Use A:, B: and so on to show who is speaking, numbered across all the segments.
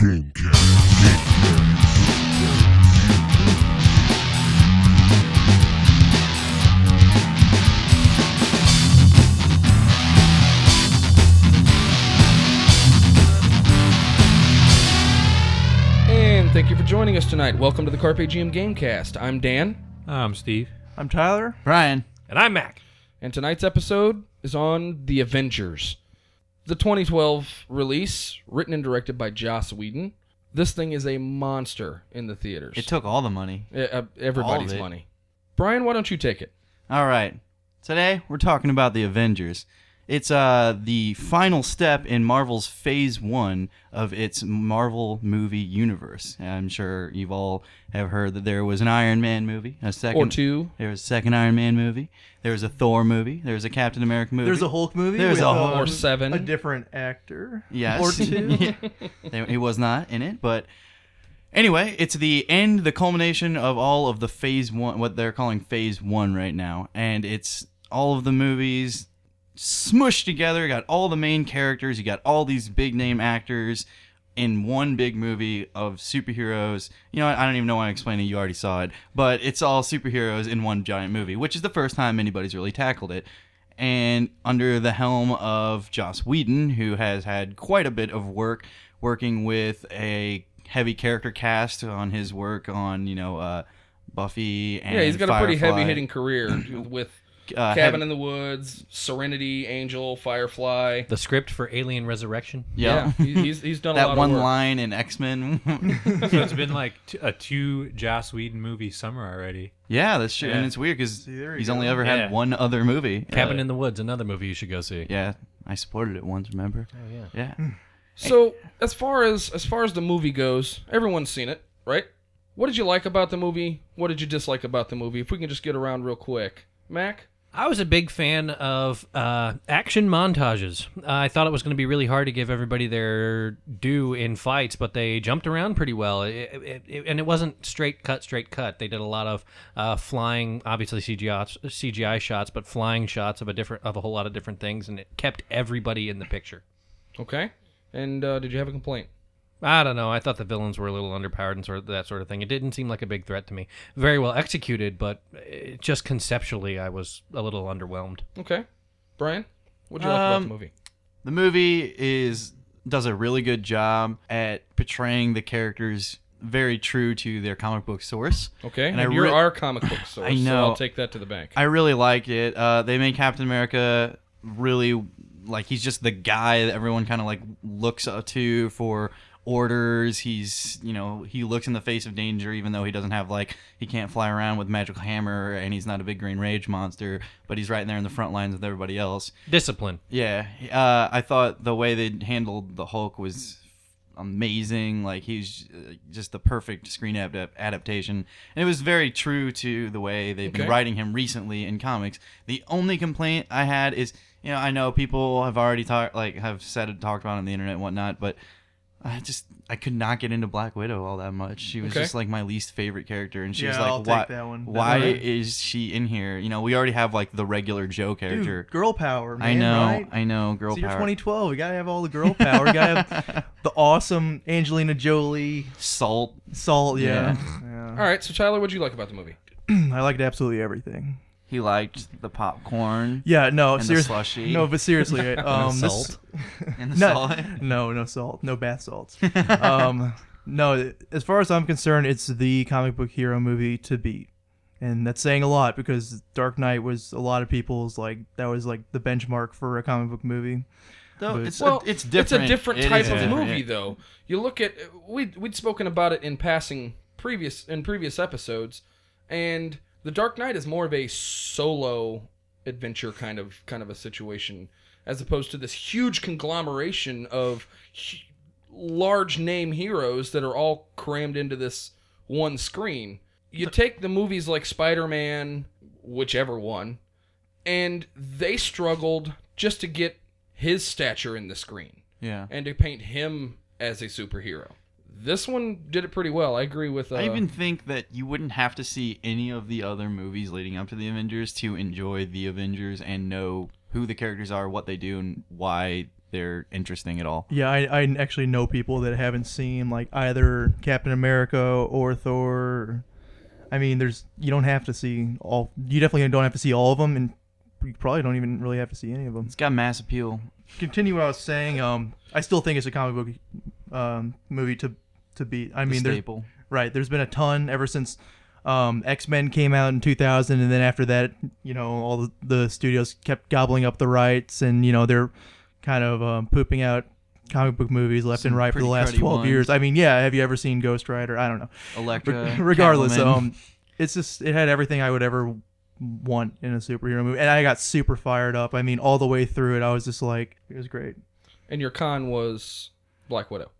A: think.
B: And thank you for joining us tonight. Welcome to the Carpe Diem Gamecast. I'm Dan,
C: I'm Steve.
D: I'm Tyler.
E: Brian.
C: And I'm Mac.
B: and tonight's episode is on The Avengers, the 2012 release, written and directed by Joss Whedon. This thing is a monster in the theaters.
E: It took all the money.
B: Uh, uh, everybody's
E: it.
B: money. Brian, why don't you take it?
E: All right. Today we're talking about the Avengers. It's uh the final step in Marvel's Phase 1 of its Marvel movie universe. I'm sure you've all have heard that there was an Iron Man movie, a second
B: Or two.
E: There was a second Iron Man movie, there was a Thor movie, there was a Captain America movie.
D: There's a Hulk movie.
E: There's
D: with,
E: a Hulk.
D: um,
B: Or seven.
D: A different actor.
E: Yes.
D: Or two.
E: Yeah. There- He was not in it, but anyway, it's the end, the culmination of all of the phase one, what they're calling phase one right now, and it's all of the movies smushed together. You got all the main characters, you got all these big name actors in one big movie of superheroes. You know, what, I don't even know why I'm explaining. You already saw it, but it's all superheroes in one giant movie, which is the first time anybody's really tackled it. And under the helm of Joss Whedon, who has had quite a bit of work working with a heavy character cast on his work on, you know, uh, Buffy and
B: Yeah, he's got a pretty
E: Firefly.
B: heavy hitting career with
E: Uh,
B: Cabin
E: heavy-
B: in the Woods, Serenity, Angel, Firefly.
C: The script for Alien Resurrection.
E: Yeah.
B: Yeah, he- he's, he's done a
E: that
B: lot
E: one
B: of work.
E: line in X Men.
F: So it's been like t- a two Joss Whedon movie summer already.
E: yeah, that's true. And
F: Yeah.
E: it's weird because
D: there you
E: he's
D: go.
E: only ever
F: Yeah.
E: had one other movie. Uh,
C: Cabin in the Woods, another movie you should go see.
E: Yeah, I supported it once. Remember? Oh
C: yeah.
D: Hmm.
E: Yeah.
B: So as far as as far as the movie goes, everyone's seen it, right? What did you like about the movie? What did you dislike about the movie? If we can just get around real quick, Mac.
C: I was a big fan of uh, action montages. Uh, I thought it was going to be really hard to give everybody their due in fights, but they jumped around pretty well. It, it, it- and it wasn't straight cut, straight cut. They did a lot of uh, flying, obviously CGI, sh- CGI shots, but flying shots of a different of a whole lot of different things, and it kept everybody in the picture.
B: Okay. And uh, did you have a complaint?
C: I don't know. I thought the villains were a little underpowered and sort of that sort of thing. It didn't seem like a big threat to me. Very well executed, but eh, just conceptually, I was a little underwhelmed.
B: Okay. Brian, what did you like about the
E: Um,
B: movie?
E: The movie is does a really good job at portraying the characters very true to their comic book source.
B: Okay. And,
E: and I
B: you're
E: re-
B: our comic book source,
E: I
B: so I'll
E: know.
B: take that to the bank.
E: I really liked it. Uh, they made Captain America really like he's just the guy that everyone kind of like looks up to for orders. He's you know he looks in the face of danger even though he doesn't have like he can't fly around with magical hammer and he's not a big green rage monster, but he's right there in the front lines with everybody else.
C: Discipline.
E: Yeah, uh, I thought the way they handled the Hulk was amazing. Like he's uh, just the perfect screen adap adaptation, and it was very true to the way they've
B: Okay.
E: been writing him recently in comics. The only complaint I had is, you know, I know people have already talked, like, have said and talked about it on the internet and whatnot, but I just I could not get into Black Widow all that much. She was
B: Okay.
E: just like my least favorite character, and she was
D: Yeah,
E: like,
D: I'll take
E: why?
D: that one.
E: Why
D: That's okay.
E: is she in here? You know, we already have like the regular Joe
D: Dude,
E: character.
D: girl power, man.
E: I know,
D: Right?
E: I know, girl
D: it's year
E: power.
D: 2012. We gotta have all the girl power. We gotta have the awesome Angelina Jolie,
E: Salt.
D: Salt. Yeah.
B: All
D: Yeah.
B: right. So Tyler, what did you like about the movie?
D: I liked absolutely everything.
E: He liked the popcorn
D: Yeah. No.
E: And the
D: seriously.
E: slushy.
D: No, but seriously. right, Um, this-
C: salt.
E: and the
D: No,
E: salt.
D: no, no salt, no bath salts. um, no, as far as I'm concerned, it's the comic book hero movie to beat, and that's saying a lot because Dark Knight was a lot of people's like that was like the benchmark for a comic book movie.
E: Though
D: But-
E: it's
B: Well,
E: a, it's different.
B: It's a different
E: It
B: type
E: is
B: of
E: different.
B: movie, though. You look at we we'd spoken about it in passing previous in previous episodes, and The Dark Knight is more of a solo adventure kind of kind of a situation, as opposed to this huge conglomeration of hu- large name heroes that are all crammed into this one screen. You take the movies like Spider Man, whichever one, and they struggled just to get his stature in the screen
E: Yeah.
B: and to paint him as a superhero. This one did it pretty well. I agree with. Uh,
E: I even think that you wouldn't have to see any of the other movies leading up to the Avengers to enjoy the Avengers and know who the characters are, what they do, and why they're interesting at all.
D: Yeah, I, I actually know people that haven't seen like either Captain America or Thor. I mean, there's you don't have to see all. You definitely don't have to see all of them, and you probably don't even really have to see any of them.
E: It's got mass appeal.
D: Continue what I was saying. Um, I still think it's a comic book um, movie to to beat. I
E: I
D: mean,
E: mean,
D: there,
E: staple.
D: right? There's been a ton ever since um, X Men came out in 2000, and then after that, you know, all the, the studios kept gobbling up the rights, and you know, they're kind of um, pooping out comic book movies left
E: Some
D: and right for the
E: pretty
D: last
E: cruddy
D: 12
E: ones.
D: years. I mean, yeah, have you ever seen Ghost Rider? I don't know.
E: Elektra.
D: Regardless,
E: Catwoman.
D: um, it's just it had everything I would ever want in a superhero movie, and I got super fired up. I mean, all the way through it, I was just like, it was great.
B: And your con was Black Widow.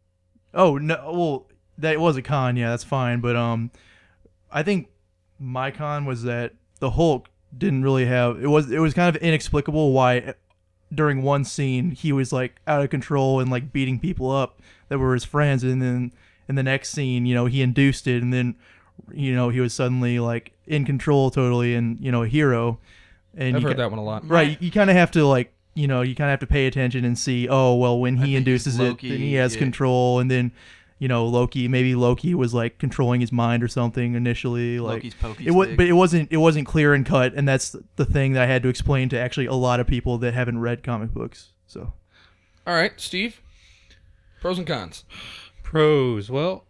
D: Oh no! Well, that was a con. Yeah, that's fine. But um, I think my con was that the Hulk didn't really have. It was it was kind of inexplicable why eh, during one scene he was like out of control and like beating people up that were his friends, and then in the next scene, you know, he induced it, and then you know he was suddenly like in control totally, and you know a hero. And
B: I've
D: you
B: heard
D: ca-
B: that one a lot.
D: Right, you kind of have to like, you know, you kind of have to pay attention and see. Oh, well, when
E: think
D: he
E: it's
D: induces it,
E: Loki,
D: then he has
E: yeah.
D: control, and then, you know, Loki. Maybe Loki was like controlling his mind or something initially. Like
E: Loki's pokey
D: it was,
E: stick.
D: but it wasn't. It wasn't clear and cut, and that's the thing that I had to explain to actually a lot of people that haven't read comic books. So
B: All right, Steve. Pros and cons.
F: Pros. Well,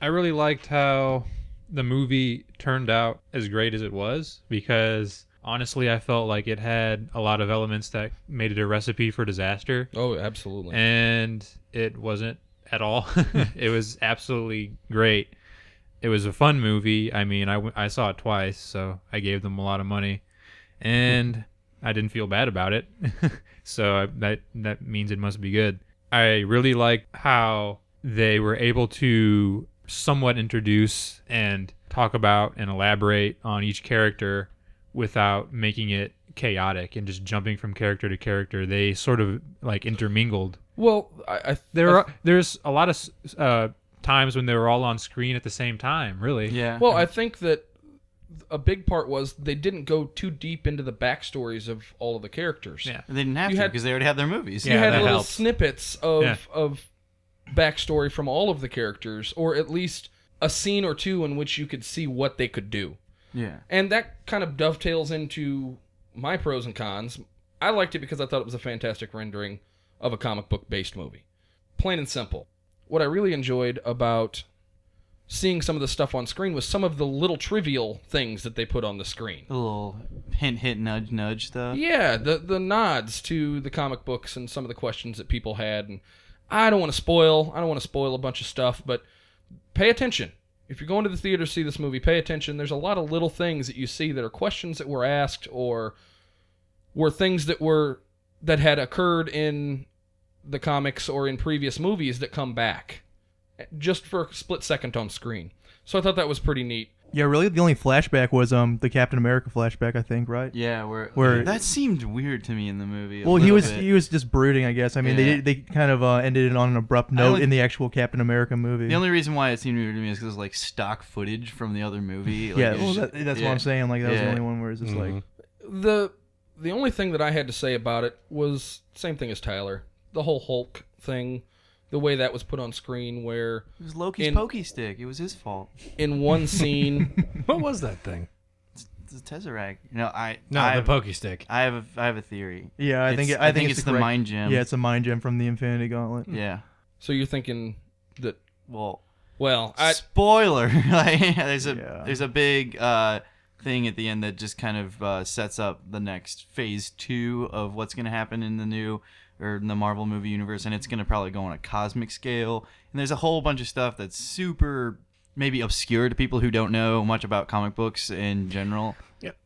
F: I really liked how the movie turned out as great as it was because honestly, I felt like it had a lot of elements that made it a recipe for disaster,
B: Oh, absolutely.
F: and it wasn't at all. it was absolutely great. It was a fun movie. I mean, I, w- I saw it twice, so I gave them a lot of money, and I didn't feel bad about it. so I, that that means it must be good. I really like how they were able to somewhat introduce and talk about and elaborate on each character without making it chaotic and just jumping from character to character. They sort of like intermingled.
B: well, I, I
F: There are there's a lot of s- uh, times when they were all on screen at the same time. Really,
E: Yeah.
B: Well, I think that a big part was they didn't go too deep into the backstories of all of the characters.
F: Yeah.
E: they didn't have
B: you
E: to
B: had-
E: because they already had their movies.
B: you
F: Yeah,
B: had
F: that
B: little
F: helps.
B: snippets of
F: Yeah.
B: of backstory from all of the characters, or at least a scene or two in which you could see what they could do.
E: Yeah.
B: And that kind of dovetails into my pros and cons. I liked it because I thought it was a fantastic rendering of a comic book based movie. Plain and simple. What I really enjoyed about seeing some of the stuff on screen was some of the little trivial things that they put on the screen.
E: The little hint, hint, nudge, nudge stuff.
B: Yeah, the the nods to the comic books and some of the questions that people had, and I don't want to spoil. I don't want to spoil a bunch of stuff, but pay attention. If you're going to the theater to see this movie, pay attention. There's a lot of little things that you see that are questions that were asked or were things that were that had occurred in the comics or in previous movies that come back just for a split second on screen. So I thought that was pretty neat.
D: yeah, really, the only flashback was um the Captain America flashback, I think, right?
E: Yeah, where,
D: Where-
E: that seemed weird to me in the movie. a
D: Well, he
E: little
D: was
E: bit.
D: he was just brooding, I guess. I mean,
E: Yeah.
D: they they kind of uh, ended it on an abrupt note
E: only-
D: in the actual Captain America movie.
E: The only reason why it seemed weird to me is because like stock footage from the other movie. Like,
D: yeah,
E: it's
D: well,
E: just-
D: that, that's
E: yeah.
D: what I'm saying. Like that was the
E: Yeah. Mm-hmm.
D: only one where it's just like.
B: the the only thing that I had to say about it was same thing as Tyler. The whole Hulk thing, the way that was put on screen where
E: It was Loki's
B: In-
E: pokey stick. It was his fault.
B: in one scene
C: What was that thing?
E: It's the Tesseract. No, I.
C: No,
E: I
C: the
E: have,
C: pokey stick.
E: I have a, I have a theory.
D: Yeah, I think
E: It's-
D: it, I, think, it's,
E: the
D: correct-
E: mind gem.
D: Yeah, it's a mind gem from the Infinity Gauntlet.
E: Yeah.
B: so you're thinking that
E: Well,
B: well, I
E: spoiler. like, there's a
D: Yeah.
E: there's a big uh, thing at the end that just kind of uh, sets up the next phase two of what's gonna happen in the new or in the Marvel movie universe, and it's gonna probably go on a cosmic scale. And there's a whole bunch of stuff that's super maybe obscure to people who don't know much about comic books in general.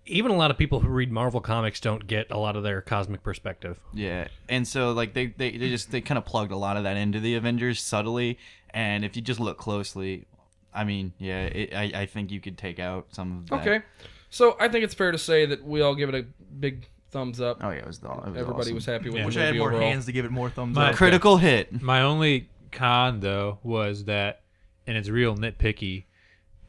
C: Even a lot of people who read Marvel comics don't get a lot of their cosmic perspective.
E: Yeah, and so like they they, they just they kind of plugged a lot of that into the Avengers subtly, and if you just look closely, I mean, yeah, it, I I think you could take out some of that.
B: okay. So I think it's fair to say that we all give it a big thumbs up.
E: Oh yeah, it was the it was
B: Everybody
E: awesome.
B: was happy with
F: Yeah.
B: the
D: Wish
B: movie
D: I had more
B: overall.
D: hands to give it more thumbs
F: My-
D: up.
E: critical hit.
F: My only con though was that, and it's real nitpicky,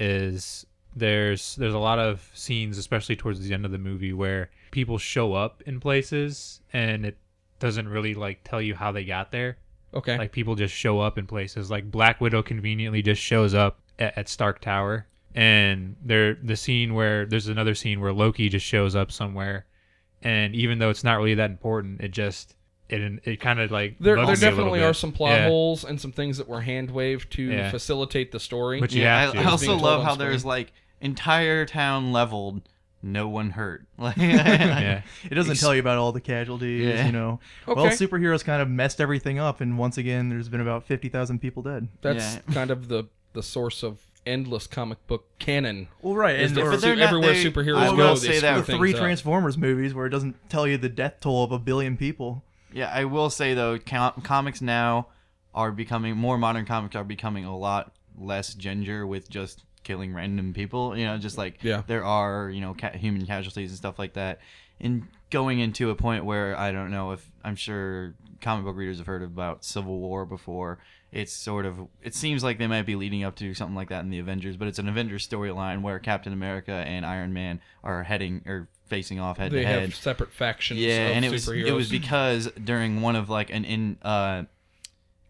F: is there's there's a lot of scenes, especially towards the end of the movie, where people show up in places and it doesn't really like tell you how they got there.
B: Okay.
F: Like people just show up in places. Like Black Widow conveniently just shows up at, at Stark Tower, and there the scene where there's another scene where Loki just shows up somewhere, and even though it's not really that important, it just it it kind of like
B: there, there
F: bugs me a little
B: definitely
F: bit.
B: are some plot
F: Yeah.
B: holes and some things that were hand waved to
F: Yeah.
B: facilitate the story.
F: Which- You
E: yeah,
F: have
E: I,
F: to.
E: I
F: It's
E: also
B: being told
E: love
B: on
E: how there's
B: screen.
E: like entire town leveled, no one hurt. Like,
F: Yeah.
D: It doesn't tell you about all the casualties,
E: Yeah.
D: you know. Well,
B: Okay.
D: superheroes kind of messed everything up, and once again, there's been about fifty thousand people dead.
B: That's
E: Yeah.
B: kind of the the source of endless comic book canon.
D: Well, right,
B: Is
D: and
B: that
D: or
E: But they're
B: su-
E: not-
B: everywhere
E: they-
B: superheroes
E: I will
B: go,
E: say
B: they
E: that
B: screw
E: with
B: things
D: three
B: up.
D: Transformers movies where it doesn't tell you the death toll of a billion people.
E: yeah, I will say though, com- comics now are becoming more modern. Comics are becoming a lot less ginger with just killing random people. You know, just like
B: Yeah.
E: there are you know ca- human casualties and stuff like that. And going into a point where I don't know if I'm sure comic book readers have heard about Civil War before. It's sort of it seems like they might be leading up to something like that in the Avengers, but it's an Avengers storyline where Captain America and Iron Man are heading or facing off head
B: They
E: to head
B: have separate factions.
E: yeah,
B: of
E: and it was
B: superheroes.
E: it was because during one of like an in uh,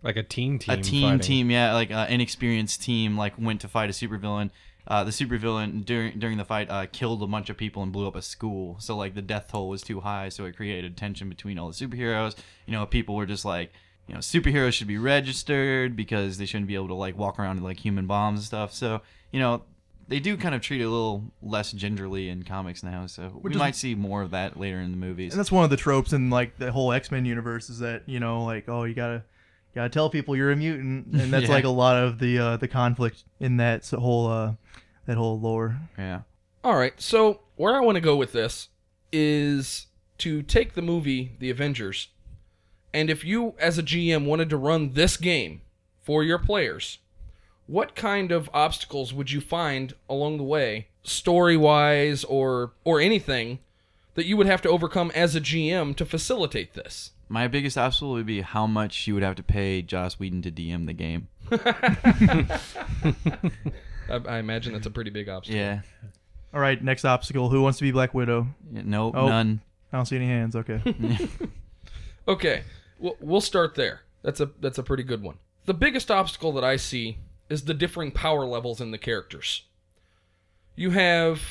C: like a team team.
E: a team
C: fighting.
E: team yeah like uh, inexperienced team like went to fight a supervillain. Uh, the supervillain during during the fight uh, killed a bunch of people and blew up a school. So like the death toll was too high, so it created tension between all the superheroes. You know, people were just like, you know, superheroes should be registered because they shouldn't be able to like walk around with like human bombs and stuff. So you know, they do kind of treat it a little less gingerly in comics now. So we
D: is-
E: might see more of that later in the movies.
D: And that's one of the tropes in like the whole X Men universe is that you know like oh you gotta gotta tell people you're a mutant, and that's
E: Yeah.
D: like a lot of the uh, the conflict in that s- whole uh, that whole lore.
E: Yeah.
B: All right, so where I want to go with this is to take the movie The Avengers, and if you, as a GM, wanted to run this game for your players, what kind of obstacles would you find along the way, story wise or or anything, that you would have to overcome as a GM to facilitate this?
E: My biggest obstacle would be how much you would have to pay Joss Whedon to DM the game.
B: I, I imagine that's a pretty big obstacle.
E: Yeah.
D: All right, next obstacle. Who wants to be Black Widow?
E: No,
D: Oh.
E: none.
D: I don't see any hands. Okay.
B: Okay, we'll, we'll start there. That's a that's a pretty good one. The biggest obstacle that I see is the differing power levels in the characters. You have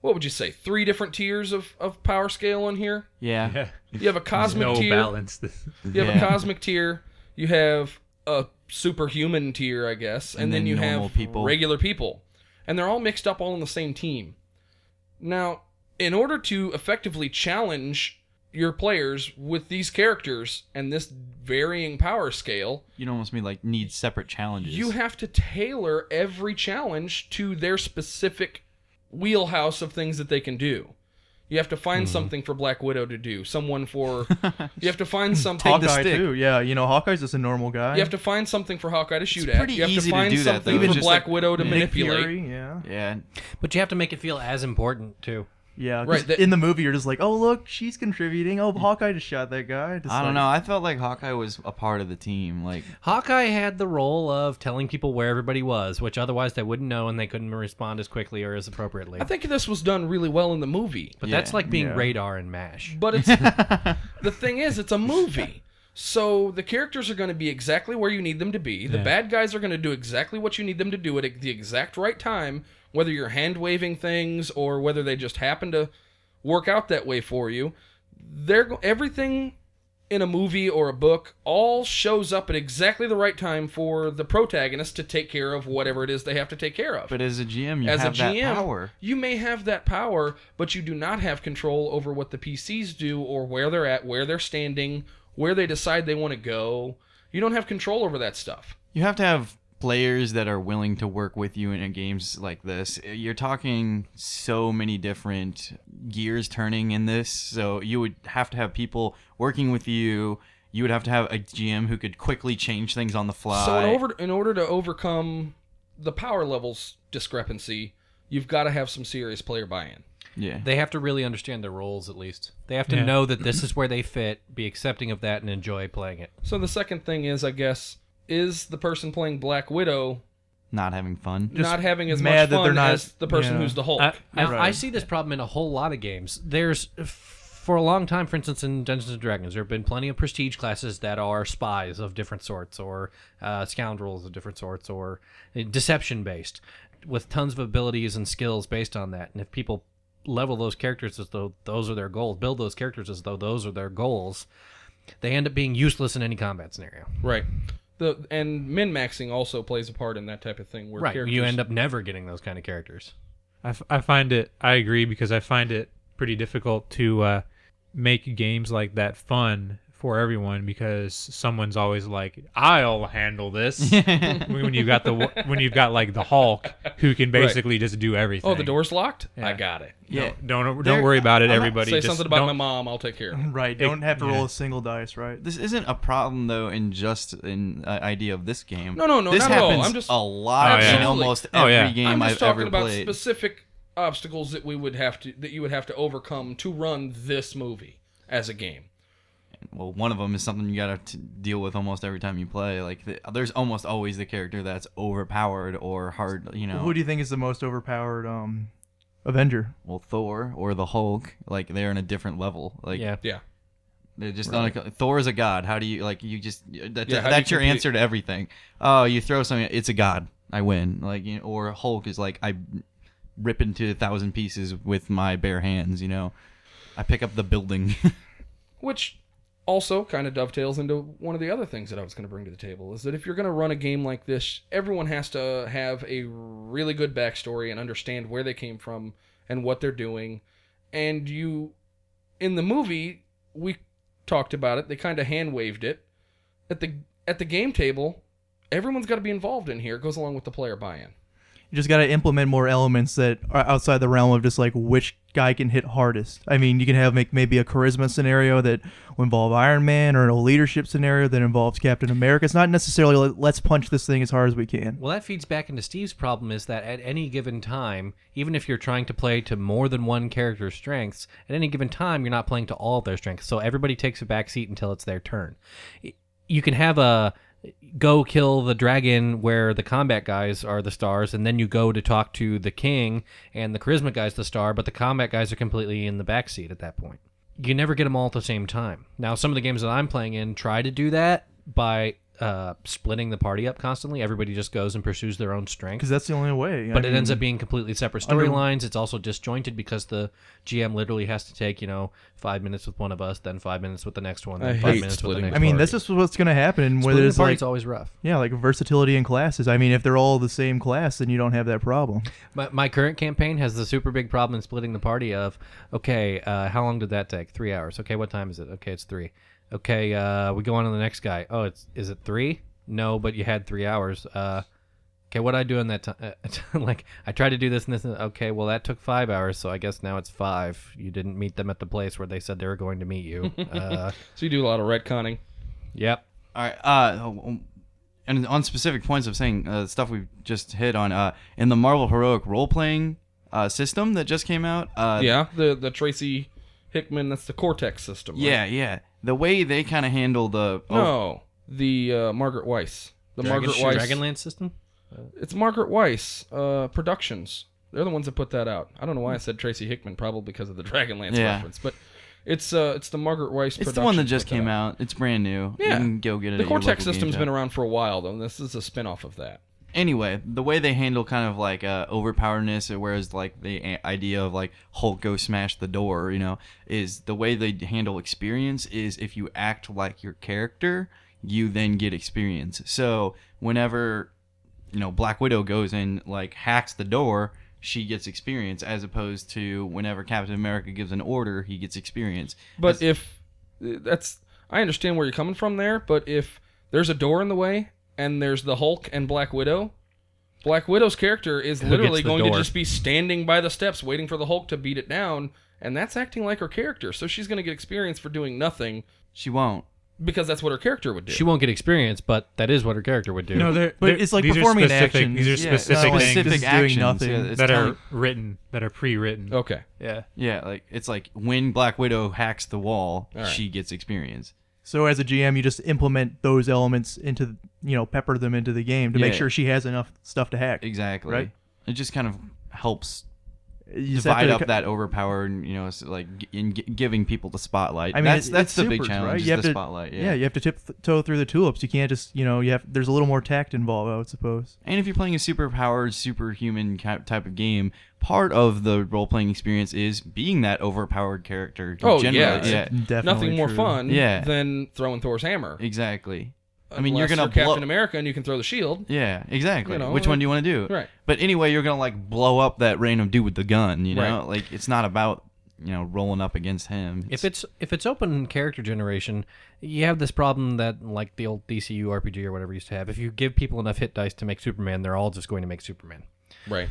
B: what would you say three different tiers of, of power scale on here.
E: Yeah.
F: Yeah.
B: You have a cosmic
F: no
B: tier.
F: balance.
B: You have
E: Yeah.
B: a cosmic tier. You have a superhuman tier, I guess, and,
E: And
B: then,
E: then
B: you
E: normal
B: have
E: people.
B: regular people, and they're all mixed up all on the same team. Now, in order to effectively challenge your players with these characters and this varying power scale,
E: You'd almost mean like need separate challenges.
B: you have to tailor every challenge to their specific wheelhouse of things that they can do. You have to find
E: Mm-hmm.
B: something for Black Widow to do, someone for. you have to find something.
E: Take the
D: Hawkeye
E: stick.
D: too. Yeah, you know Hawkeye's just a normal guy.
B: You have to find something for Hawkeye to shoot
E: pretty
B: at. You have
E: easy
B: to
E: to
B: find
E: do that,
B: something
E: though. Even
B: for
E: just
B: Black
E: like
B: Widow to
E: Nick
D: Nick
B: manipulate.
D: Fury. Yeah.
E: yeah.
C: But you have to make it feel as important too.
D: Yeah. 'cause
B: Right, that-
D: in the movie, you're just like, oh look, she's contributing. Oh, Hawkeye just shot that guy. Just
E: I don't
D: like-
E: know. I felt like Hawkeye was a part of the team. Like,
C: Hawkeye had the role of telling people where everybody was, which otherwise they wouldn't know and they couldn't respond as quickly or as appropriately.
B: I think this was done really well in the movie,
C: but
E: Yeah.
C: that's like being
D: Yeah.
C: radar in MASH.
B: but it's the thing is, it's a movie. So the characters are going to be exactly where you need them to be. The bad guys are going to do exactly what you need them to do at the exact right time, whether you're hand waving things or whether they just happen to work out that way for you. They're go- everything in a movie or a book all shows up at exactly the right time for the protagonist to take care of whatever it is they have to take care of.
E: but as a GM, you
B: as
E: have
B: a GM,
E: that power.
B: you may have that power, but you do not have control over what the PCs do or where they're at, where they're standing, where they decide they want to go. You don't have control over that stuff.
E: You have to have players that are willing to work with you in in games like this. You're talking so many different gears turning in this, so you would have to have people working with you. You would have to have a GM who could quickly change things on the fly.
B: So in over in order to overcome the power levels discrepancy, you've got to have some serious player buy-in.
E: yeah.
C: They have to really understand their roles at least. They have to
F: Yeah.
C: know that this is where they fit, be accepting of that and enjoy playing it.
B: So the second thing is, I guess, is the person playing Black Widow
E: not having fun.
B: not having as much
D: mad that
B: fun
D: they're not-
B: as the person
D: yeah.
B: who's the Hulk?
C: I, now,
D: Right.
C: I see this problem in a whole lot of games. There's f- for a long time, for instance, in Dungeons and Dragons, there have been plenty of prestige classes that are spies of different sorts, or uh, scoundrels of different sorts, or deception based, with tons of abilities and skills based on that. And if people level those characters as though those are their goals, build those characters as though those are their goals, they end up being useless in any combat scenario.
B: Right. The and min maxing also plays a part in that type of thing where
C: Right.
B: characters
C: You end up never getting those kind of characters.
F: I, f- I find it i agree because i find it pretty difficult to uh, make games like that fun for everyone because someone's always like i'll handle this when you've got the when you've got like the hulk who can basically just do everything
B: Oh, the door's locked?
F: Yeah.
B: I got it.
E: Yeah.
F: don't
E: There-
F: don't worry about it
E: I'm not-
F: everybody
B: Say
F: Just
B: something about
F: don't-
B: my mom, I'll take care of it.
D: Right. Don't have to roll a single dice, right?
E: This isn't a problem though in just an uh, idea of this game.
B: No, no, no,
E: This
B: not at all.
E: happens
B: I'm just-
E: a lot
F: Oh, yeah.
E: in
B: Absolutely.
E: almost
F: Oh,
E: every
F: yeah.
E: game
B: I'm just
E: have
B: talking
E: ever
B: about
E: played.
B: specific obstacles that we would have to that you would have to overcome to run this movie as a game.
E: well, one of them is something you gotta t- deal with almost every time you play. Like the, there's almost always the character that's overpowered or hard. You know,
D: Who do you think is the most overpowered um Avenger?
E: well, Thor or the Hulk. Like they're in a different level. Like
C: Yeah.
B: Yeah.
E: They're just on a, Thor is a god. How do you like you just that,
B: Yeah, how do
E: that's
B: you
E: your
B: compete?
E: answer to everything. Oh, you throw something, it's a god. I win. Like you know, or Hulk is like I rip into a thousand pieces with my bare hands. You know, I pick up the building.
B: Which also kind of dovetails into one of the other things that I was going to bring to the table is that if you're going to run a game like this, everyone has to have a really good backstory and understand where they came from and what they're doing. And you, in the movie, we talked about it. They kind of hand waved it at the at the game table. Everyone's got to be involved in here. It goes along with the player buy-in.
D: You just got to implement more elements that are outside the realm of just like which guy can hit hardest. I mean, you can have make maybe a charisma scenario that will involve Iron Man or a leadership scenario that involves Captain America. It's not necessarily like, let's punch this thing as hard as we can.
C: Well, that feeds back into Steve's problem is that at any given time, even if you're trying to play to more than one character's strengths, at any given time, you're not playing to all of their strengths. So everybody takes a back seat until it's their turn. You can have a go kill the dragon where the combat guys are the stars, and then you go to talk to the king and the charisma guy's the star, but the combat guys are completely in the back seat at that point you never get them all at the same time. Now, some of the games that I'm playing in try to do that by uh, splitting the party up constantly. Everybody just goes and pursues their own strength,
D: Because that's the only way. I
C: but it
D: mean,
C: ends up being completely separate storylines. It's also disjointed because the GM literally has to take you know five minutes with one of us, then five minutes with the next one, then
B: I
C: five
B: hate
C: minutes with the
B: splitting
C: next.
D: I mean,
C: party.
D: this is what's going to happen. Whether
C: splitting the
D: it's like
C: party's always rough.
D: yeah, like versatility in classes. I mean, if they're all the same class, then you don't have that problem.
C: My, my current campaign has the super big problem in splitting the party of, okay, uh, how long did that take? Three hours. Okay, what time is it? Okay, it's three. Okay, uh, we go on to the next guy. Oh, it's is it three? No, but you had three hours. Uh, okay, what I do in that time? like, I tried to do this and this. And, okay, well that took five hours, so I guess now it's five. You didn't meet them at the place where they said they were going to meet you. Uh,
B: So you do a lot of retconning.
C: yep.
E: All right. Uh, and on specific points of saying uh, stuff we just hit on uh, in the Marvel heroic role playing uh, system that just came out. Uh,
B: Yeah, the the Tracy Hickman. That's the Cortex system. right?
E: Yeah. Yeah. The way they kind of handle the oh,
B: No, the uh, Margaret Weiss. The Margaret Weiss.
C: Dragonland system.
B: It's Margaret Weiss uh, Productions. They're the ones that put that out. I don't know why I said Tracy Hickman, probably because of the Dragonlance
E: Yeah.
B: reference, but it's uh, it's the Margaret Weiss.
E: It's the one that
B: Productions
E: just
B: put
E: came out. It's brand new. You
B: Yeah.
E: can go get it.
B: The
E: at your
B: Cortex
E: local game
B: system's
E: shop.
B: been around for a while, though. And this is a spin-off of that.
E: Anyway, the way they handle kind of like uh, overpoweredness, whereas like the a- idea of like Hulk go smash the door, you know, is the way they handle experience is if you act like your character, you then get experience. So whenever you know Black Widow goes and like hacks the door, she gets experience, as opposed to whenever Captain America gives an order, he gets experience.
B: But if that's, I understand where you're coming from there. But if there's a door in the way and there's the Hulk and Black Widow, Black Widow's character is
F: Who
B: literally
F: gets the
B: going to
F: door?
B: just be standing by the steps waiting for the Hulk to beat it down, and that's acting like her character. So she's going to get experience for doing nothing
E: She won't.
B: because that's what her character would do.
C: She won't get experience, but that is what her character would do.
F: No, they're,
D: But
F: they're-
D: it's like
F: these are
D: performing an
F: specific,
D: action.
F: These are
D: Yeah,
E: it's
F: specific
D: not like-
F: things
E: specific
D: Just doing
E: actions.
D: nothing.
E: Yeah, it's
F: that
E: telling-
F: are written, that are pre-written.
B: okay.
D: Yeah.
E: Yeah, like it's like when Black Widow hacks the wall,
B: All right.
E: she gets experience.
D: So as a GM, you just implement those elements into you know pepper them into the game to make
E: Yeah. E,
D: sure she has enough stuff to hack.
E: Exactly.
D: Right.
E: It just kind of helps
D: You just have
E: divide
D: to
E: up
D: ki-
E: that overpowered, you know, s- like g- in g- giving people the spotlight.
D: I mean,
E: that's
D: it-
E: that's
D: it's
E: the big
D: supers,
E: challenge.
D: right?
E: is
D: You have
E: the
D: to-
E: spotlight.
D: Yeah. you have to tiptoe through the tulips. You can't just, you know, you have. There's a little more tact involved, I would suppose.
E: And if you're playing a superpowered, superhuman ki- type of game, part of the role playing experience is being that overpowered character.
B: Oh,
E: generally.
B: yeah.
E: yeah,
D: Definitely
B: Nothing more
D: true.
B: fun
E: Yeah.
B: than throwing Thor's hammer.
E: exactly. I mean, you're
B: Unless
E: gonna blow.
B: Captain America and you can throw the shield.
E: Yeah, exactly.
B: You know,
E: Which one do you want to do?
B: Right.
E: But anyway, you're gonna like blow up that random dude with the gun. You know,
B: Right.
E: like it's not about you know rolling up against him.
C: If it's if it's open character generation, you have this problem that like the old DCU RPG or whatever used to have. If you give people enough hit dice to make Superman, they're all just going to make Superman.
B: Right.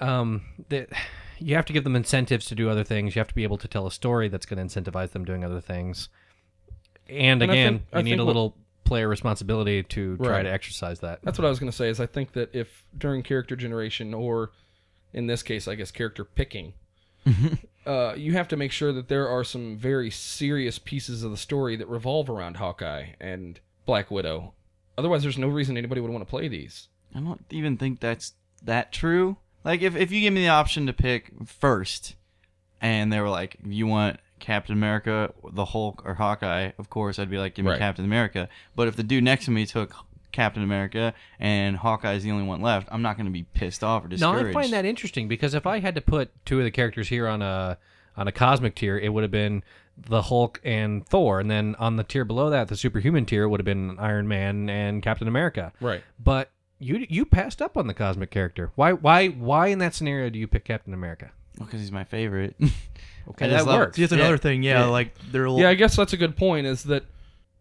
C: Um, that you have to give them incentives to do other things. You have to be able to tell a story that's going to incentivize them doing other things.
B: And
C: And,
B: I
C: again,
B: think- I
C: you need
B: think
C: a
B: what-
C: little player responsibility to try
B: Right.
C: to exercise that.
B: That's what I was going to say. Is I think that if during character generation, or in this case, I guess character picking, uh, you have to make sure that there are some very serious pieces of the story that revolve around Hawkeye and Black Widow. Otherwise, there's no reason anybody would want to play these.
E: I don't even think that's that true. Like if if you give me the option to pick first, and they were like, you want Captain America, the Hulk, or Hawkeye, of course I'd be like, give me
B: Right.
E: Captain America. But if the dude next to me took Captain America and Hawkeye's the only one left, I'm not gonna be pissed off or
C: No,
E: discouraged.
C: I find that interesting because if I had to put two of the characters here on a on a cosmic tier, it would have been the Hulk and Thor, and then on the tier below that, the superhuman tier would have been Iron Man and Captain America.
B: Right.
C: But you you passed up on the cosmic character. Why why why in that scenario do you pick Captain America?
E: because he's my favorite.
C: Okay,
E: I
C: that
E: just love it.
C: works.
D: See, that's
E: Yeah.
D: another thing. Yeah,
E: Yeah.
D: like they're.
B: Yeah, I guess that's a good point. Is that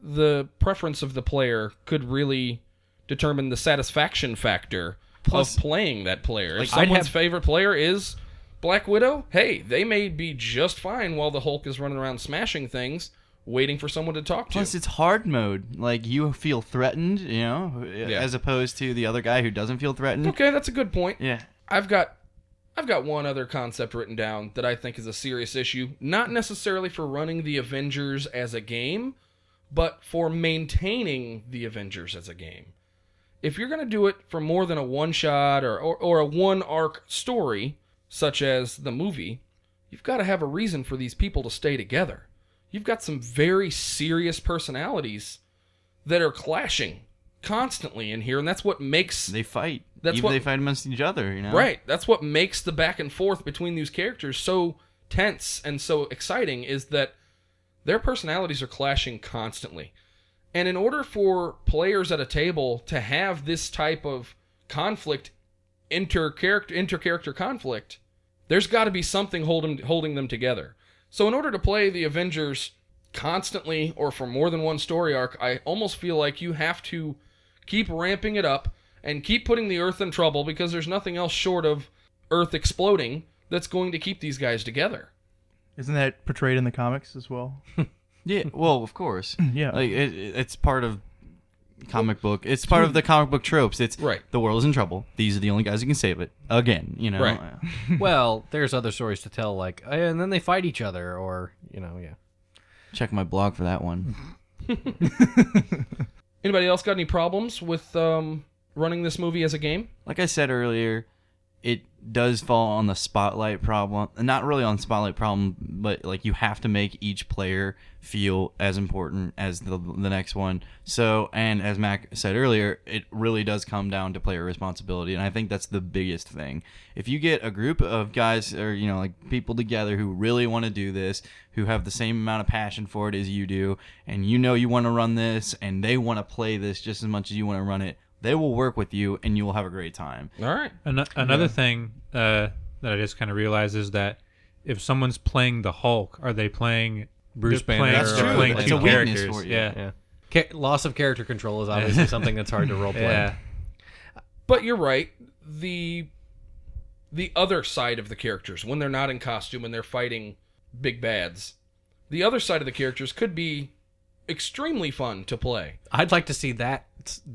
B: the preference of the player could really determine the satisfaction factor
E: Plus-
B: of playing that player. if
C: I'd
B: someone's
C: have-
B: favorite player is Black Widow, hey, they may be just fine while the Hulk is running around smashing things, waiting for someone to talk to.
E: Plus, it's hard mode. Like you feel threatened, you know, as opposed to the other guy who doesn't feel threatened.
B: okay, that's a good point.
E: Yeah.
B: I've got I've got one other concept written down that I think is a serious issue, not necessarily for running the Avengers as a game, but for maintaining the Avengers as a game. If you're going to do it for more than a one shot or, or, or a one arc story, such as the movie, you've got to have a reason for these people to stay together. You've got some very serious personalities that are clashing constantly in here, and that's what makes
E: They fight.
B: That's
E: Even
B: what-
E: they fight amongst each other. You know.
B: Right. That's what makes the back and forth between these characters so tense and so exciting is that their personalities are clashing constantly. And in order for players at a table to have this type of conflict, inter-character inter-character conflict, there's got to be something holding holding them together. So in order to play the Avengers constantly or for more than one story arc, I almost feel like you have to keep ramping it up and keep putting the Earth in trouble because there's nothing else short of Earth exploding that's going to keep these guys together.
D: Isn't that portrayed in the comics as well?
E: Yeah. Well, of course.
D: Yeah.
E: Like it, it- it's part of comic book. It's part of the comic book tropes. It's
B: Right.
E: The world is in trouble. These are the only guys who can save it. Again. You know.
B: Right.
C: well, there's other stories to tell, like uh, and then they fight each other, or you know, yeah.
E: Check my blog for that one.
B: Anybody else got any problems with um, running this movie as a game?
E: Like I said earlier, it does fall on the spotlight problem. Not really on spotlight problem, but like you have to make each player feel as important as the the next one. So, and as Mac said earlier, it really does come down to player responsibility, and I think that's the biggest thing. If you get a group of guys or you know like people together who really want to do this, who have the same amount of passion for it as you do, and you know you want to run this and they want to play this just as much as you want to run it, they will work with you and you will have a great time.
B: All right.
F: An- another thing uh, that I just kind of realized is that if someone's playing the Hulk, are they playing
C: Bruce
F: they're
C: Banner or-
F: Playing, they're
C: That's
F: Playing
C: true. It's
F: two
C: a
E: weakness
F: characters.
E: for you.
F: Yeah.
C: Yeah. Ca- loss of character control is obviously something that's hard to role play.
F: Yeah.
B: But you're right. The the other side of the characters when they're not in costume and they're fighting big bads, the other side of the characters could be extremely fun to play.
C: I'd like to see that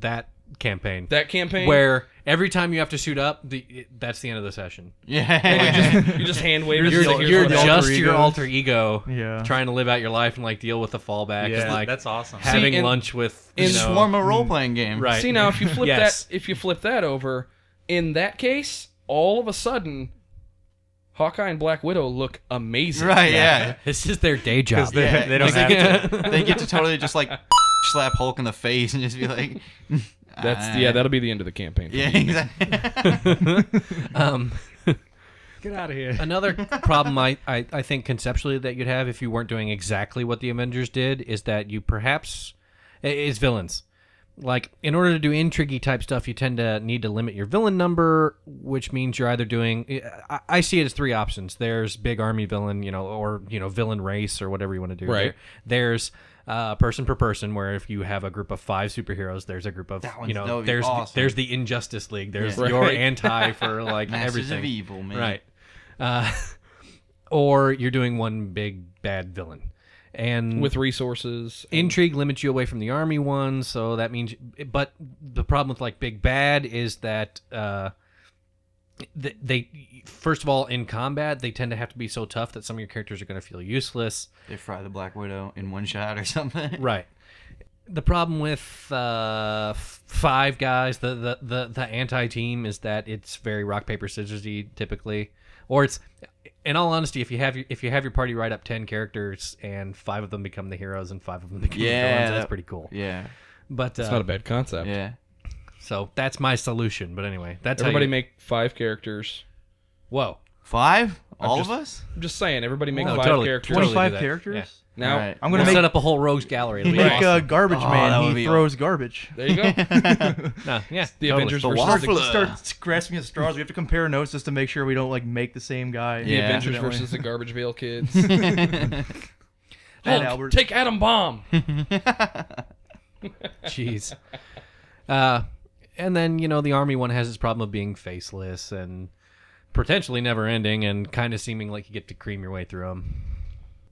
C: that campaign.
B: That campaign
C: where every time you have to suit up, the, that's the end of the session.
E: Yeah.
B: you just hand wave.
C: You're,
B: and say, "Here's
C: you're
B: what I-"
D: alter
C: just your
D: egos.
C: alter ego,
D: Yeah.
C: trying to live out your life and like deal with the fallback and like
F: that's awesome.
C: having
B: See, and-
C: lunch with you
E: It's
C: know,
E: swarm a role playing game.
C: right.
B: See now if you flip
C: Yes.
B: that if you flip that over, in that case, all of a sudden Hawkeye and Black Widow look amazing.
E: Right, yeah.
C: This is their day job.
F: they-
E: Yeah,
F: don't
E: 'cause they get
F: have
E: to. They get to totally just like slap Hulk in the face and just be like,
B: That's
E: "Ah."
B: yeah. That'll be the end of the campaign. for
E: yeah,
B: me.
E: exactly.
C: um,
F: Get out of here.
C: another problem I, I, I think conceptually that you'd have if you weren't doing exactly what the Avengers did is that you perhaps i- is villains. Like in order to do intriguey type stuff, you tend to need to limit your villain number, which means you're either doing. I, I see it as three options. There's big army villain, you know, or you know villain race or whatever you want to do.
B: Right.
C: There- there's uh, person per person, where if you have a group of five superheroes, there's a group of
E: That one's-
C: you
E: that
C: know
E: would be
C: there's
E: awesome.
C: there's the Injustice League. There's
E: Yeah.
C: your
B: Right.
C: anti for like
E: Masters
C: everything.
E: of evil, man.
C: Right. Uh, or you're doing one big bad villain. And
B: With resources.
C: intrigue limits you away from the army one, so that means but the problem with like big bad is that uh th- they first of all in combat they tend to have to be so tough that some of your characters are going to feel useless.
E: They fry the Black Widow in one shot or something.
C: Right. The problem with uh, f- five guys, the the, the, the anti team, is that it's very rock paper scissorsy typically, or it's, in all honesty, if you have your, if you have your party write up ten characters and five of them become the heroes and five of them become the
E: Yeah,
C: villains, that's
E: that-
C: pretty cool.
E: Yeah.
C: But
B: It's
C: uh,
B: not a bad concept.
E: Yeah.
C: so that's my solution. But anyway, that's
B: Everybody
C: how you,
B: make five characters.
C: whoa
E: Five?
B: I'm
E: All
B: just-
E: of us?
B: I'm just saying, everybody make
C: Oh,
B: five
C: totally,
B: characters.
C: totally.
D: 25
C: do that.
D: characters?
C: Yeah.
B: Now
E: All right.
D: I'm
C: We'll
D: going to
C: set
D: make,
C: up a whole rogues gallery. It'll be
D: make
C: awesome.
D: uh, Garbage
E: Oh, that
D: Man.
E: would
D: He
E: be
D: throws garbage.
B: there you go.
C: No, yeah,
B: The
C: totally.
B: Avengers
E: The
B: versus
E: water
B: the,
E: flood.
D: Start grasping at straws. We have to compare notes just to make sure we don't like make the same guy.
B: the
E: Yeah.
B: Avengers
D: Accidentally.
B: versus the Garbage Pail Kids.
D: Matt
B: Hulk,
D: Albert.
B: take Adam Bomb.
C: Jeez. Uh, and then you know the army one has its problem of being faceless and potentially never ending and kind of seeming like you get to cream your way through them.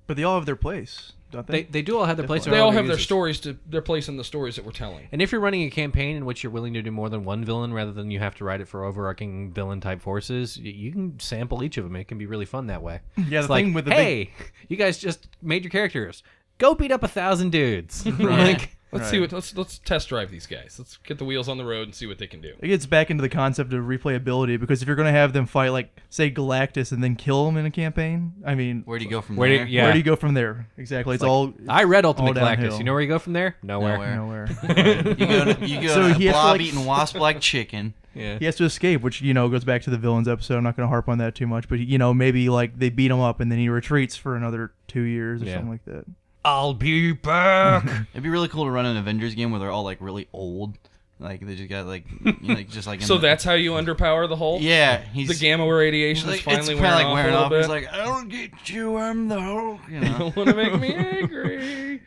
D: But they all have their place, don't
C: They
D: they?
C: they do all have their place.
B: they all have their
C: uses.
B: stories to their place in the stories that we're telling.
C: And if you're running a campaign in which you're willing to do more than one villain rather than you have to write it for overarching villain type forces, y- you can sample each of them. It can be really fun that way.
D: yeah, the
C: It's like,
D: thing with the big
C: hey, you guys just made your characters. Go beat up a thousand dudes. like,
B: Let's see what let's let's test drive these guys. Let's get the wheels on the road and see what they can do.
D: It gets back into the concept of replayability because if you're going to have them fight, like, say, Galactus and then kill him in a campaign, I mean,
E: Where do you go from
C: Where do you-
E: there?
C: yeah.
D: where do you go from there? Exactly. It's, all
C: I read Ultimate
D: All downhill.
C: Galactus. You know where you go from there? Nowhere.
E: Nowhere.
D: nowhere.
E: You go, to, you go
D: So
E: to
D: he has to,
E: blob
D: like-
E: eating wasp like chicken.
C: Yeah.
D: he has to escape, which, you know, goes back to the villains episode. I'm not going to harp on that too much, but, you know, maybe, like, they beat him up and then he retreats for another two years or
C: Yeah.
D: something like that.
C: I'll be back.
E: It'd be really cool to run an Avengers game where they're all like really old. Like they just got like, you know, like just like. in
B: So
E: the-
B: that's how you underpower the Hulk.
E: Yeah, he's
B: the gamma radiation
E: like,
B: is finally
E: it's
B: wearing,
E: like
B: off
E: wearing
B: a
E: off.
B: little
E: He's
B: bit.
E: like, I don't get you. I'm the Hulk. You know.
B: Don't want to make me angry.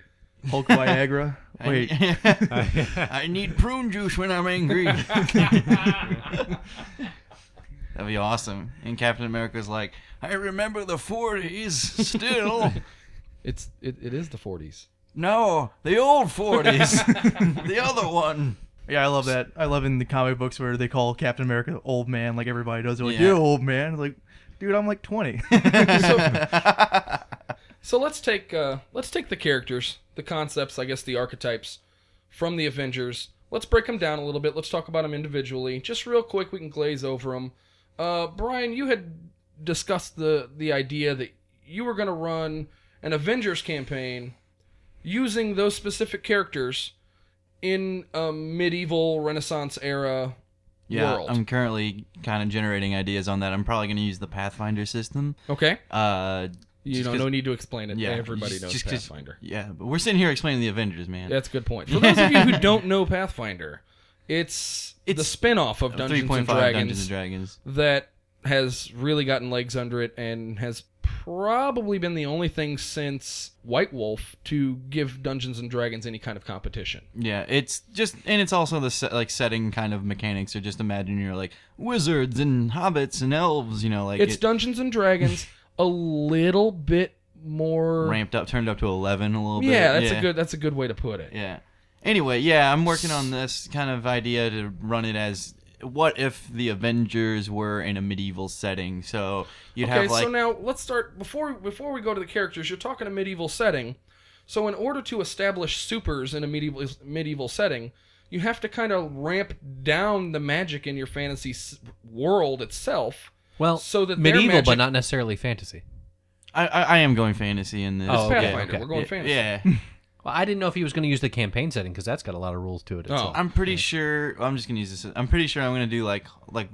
D: Hulk Viagra. Wait.
E: I, I need prune juice when I'm angry. That'd be awesome. And Captain America's like, I remember the 40s still.
B: It's it, it is the 40s.
E: no, the old 40s. the other one.
D: Yeah, I love that. I love in the comic books where they call Captain America old man, like everybody does. They're like,
E: Yeah.
D: "You old man." Like, dude, I'm like 20.
B: So let's take uh, let's take the characters, the concepts, I guess the archetypes from the Avengers. Let's break them down a little bit. Let's talk about them individually, just real quick. We can glaze over them. Uh, Brian, you had discussed the the idea that you were going to run an Avengers campaign using those specific characters in a medieval Renaissance era
E: Yeah,
B: world.
E: I'm currently kind of generating ideas on that. I'm probably going to use the Pathfinder system.
B: okay,
E: Uh,
B: you
E: Just
B: know,
E: 'cause-
B: no need to explain it.
E: yeah,
B: Everybody
E: just-
B: knows
E: just 'cause-
B: Pathfinder.
E: yeah, but we're sitting here explaining the Avengers, man.
B: That's a good point. For those of you who don't know Pathfinder, it's, the
E: It's-
B: spin-off of Dungeons
E: 3.5
B: and
E: Dungeons
B: Dragons
E: and Dragons.
B: that has really gotten legs under it and has probably been the only thing since White Wolf to give Dungeons and Dragons any kind of competition.
E: Yeah, it's just, and it's also the se- like setting kind of mechanics. So just imagine you're like wizards and hobbits and elves. You know, like
B: It's
E: it
B: Dungeons and Dragons a little bit more
E: ramped up, turned up to eleven a little bit.
B: Yeah, that's a good that's a good way to put it.
E: Yeah. Anyway, yeah, I'm working on this kind of idea to run it as what if the Avengers were in a medieval setting? So you'd
B: okay,
E: have like
B: so now let's start before before we go to the characters. You're talking a medieval setting, so in order to establish supers in a medieval medieval setting, you have to kind of ramp down the magic in your fantasy s- world itself
C: Well,
B: So that their
C: medieval, but
B: magic-
C: not necessarily fantasy.
E: I, I, I am going fantasy in this.
C: Oh, okay,
B: Pathfinder.
C: okay.
B: We're going
E: yeah,
B: fantasy.
E: Yeah.
C: Well, I didn't know if he was going to use the campaign setting because that's got a lot of rules to it.
B: Oh.
C: itself.
E: I'm pretty sure. I'm just gonna use this. I'm pretty sure I'm gonna do like like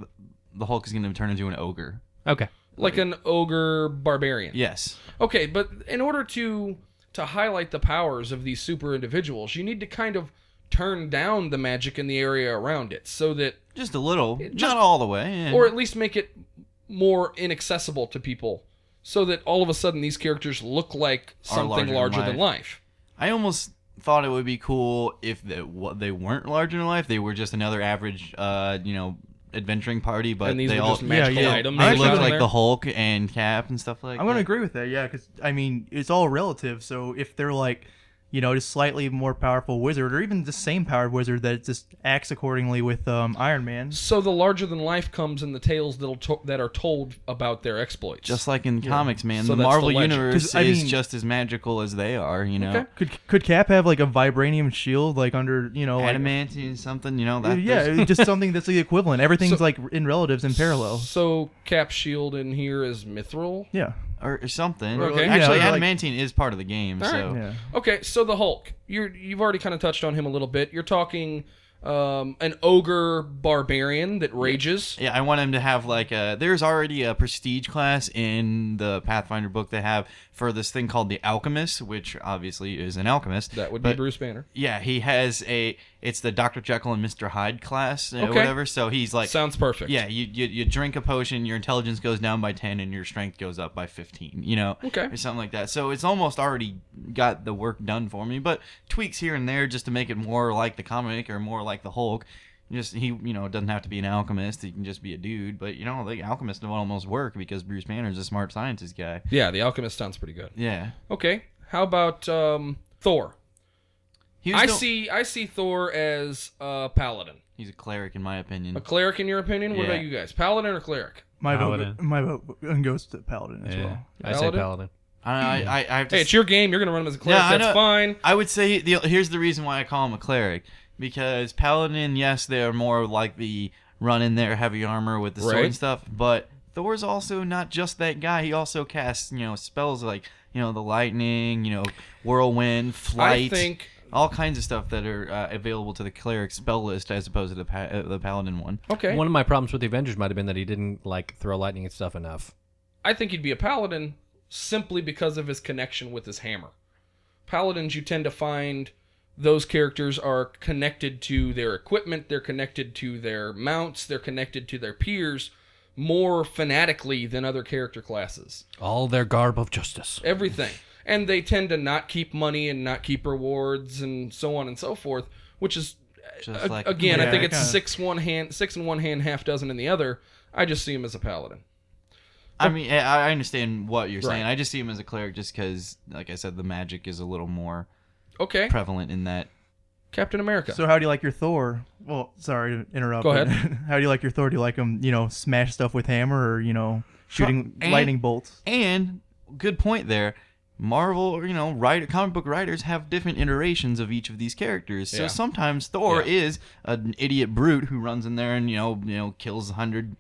E: the Hulk is gonna turn into an ogre.
C: okay.
B: Like an ogre barbarian.
E: Yes.
B: Okay, but in order to to highlight the powers of these super individuals, you need to kind of turn down the magic in the area around it so that
E: Just a little,
B: just-
E: not all the way. yeah.
B: or at least make it more inaccessible to people so that all of a sudden these characters look like
E: Are
B: something larger,
E: larger than
B: than life.
E: I almost thought it would be cool if they, what, they weren't larger than life. They were just another average, uh, you know, adventuring party. But
B: And these
E: they
B: were
E: all
B: just magical
D: yeah.
B: items.
E: they
D: I'm
E: look
D: actually
E: like
B: there.
E: the Hulk and Cap and stuff like.
D: I'm gonna
E: that.
D: agree with that, yeah, because I mean it's all relative. So if they're like, you know, just slightly more powerful wizard, or even the same powered wizard that just acts accordingly with um, Iron Man,
B: So the larger than life comes in the tales that'll to- that are told about their exploits.
E: Just like in comics, man,
B: So that's
E: the
B: the
E: Marvel
B: legend.
E: universe
D: 'Cause, I
E: is
D: mean-
E: just as magical as they are. You know,
B: Okay.
D: could could Cap have like a vibranium shield, like under you know, like,
E: Oh,
D: uh,
E: adamantium something. You know, that
D: yeah, just something that's the equivalent. Everything's
B: So-
D: like in relatives and parallel.
B: So Cap Shield in here is mithril.
D: Yeah,
E: or, or something.
B: Okay. Yeah,
E: Actually,
D: like-
E: adamantine is part of the game.
B: All right.
E: so
D: yeah.
B: Okay, so the Hulk. You're you've already kind of touched on him a little bit. You're talking um, an ogre barbarian that rages.
E: Yeah, I want him to have like a. There's already a prestige class in the Pathfinder book they have for this thing called the Alchemist, which obviously is an alchemist.
B: That would be
E: but-
B: Bruce Banner.
E: Yeah, he has a. It's the Dr. Jekyll and Mr. Hyde class or
B: Okay.
E: whatever. So he's like.
B: Sounds perfect.
E: yeah, you, you you drink a potion, your intelligence goes down by ten, and your strength goes up by fifteen. You know,
B: Okay.
E: or something like that. So it's almost already got the work done for me, but tweaks here and there just to make it more like the comic or more like the Hulk. Just he, you know, doesn't have to be an alchemist. He can just be a dude. But you know, the alchemist will almost work because Bruce Banner's a smart scientist guy.
B: Yeah, the Alchemist sounds pretty good.
E: Yeah,
B: Okay, how about um, Thor?
E: he was
B: I
E: still-
B: see I see Thor as a paladin,
E: He's a cleric, in my opinion.
B: a cleric. In your opinion, what
E: Yeah.
B: about you guys? Paladin or cleric?
D: My
F: Paladin.
D: vote, my vote goes to Paladin as
F: Yeah.
D: well.
C: I say
B: Paladin?
C: paladin.
E: I, I, I have to.
B: Hey, it's your game. You're gonna run him as a cleric.
E: Yeah, I
B: That's
E: know.
B: fine.
E: I would say the here's the reason why I call him a cleric because paladin, yes, they're more like the run in there heavy armor with the sword
B: Right.
E: and stuff, but Thor's also not just that guy. He also casts you know spells like you know the lightning, you know whirlwind, flight.
B: I think
E: all kinds of stuff that are uh, available to the cleric spell list as opposed to the pa- uh, the paladin one.
B: okay.
C: One of my problems with the Avengers might have been that he didn't like throw lightning and stuff enough.
B: I think he'd be a paladin simply because of his connection with his hammer. Paladins, you tend to find those characters are connected to their equipment, they're connected to their mounts, they're connected to their peers more fanatically than other character classes.
C: All their garb of justice.
B: Everything. And they tend to not keep money and not keep rewards and so on and so forth, which is
E: Just
B: a-
E: like
B: again, I
D: Yeah,
B: think
D: I
B: it's
D: kinda-
B: six one hand, six in one hand, half dozen in the other. I just see him as a paladin.
E: I mean, I I understand what you're saying.
B: Right.
E: I just see him as a cleric just because, like I said, the magic is a little more
B: Okay,
E: prevalent in that
B: Captain America.
D: So how do you like your Thor? Well, sorry to interrupt.
B: Go
D: but
B: ahead.
D: how do you like your Thor? Do you like him, you know, smash stuff with hammer or you know, shooting
E: and-
D: lightning bolts?
E: And good point there. Marvel, you know, writer, comic book writers have different iterations of each of these characters. So
B: Yeah.
E: sometimes Thor
B: Yeah.
E: is an idiot brute who runs in there and you know, you know, kills a hundred.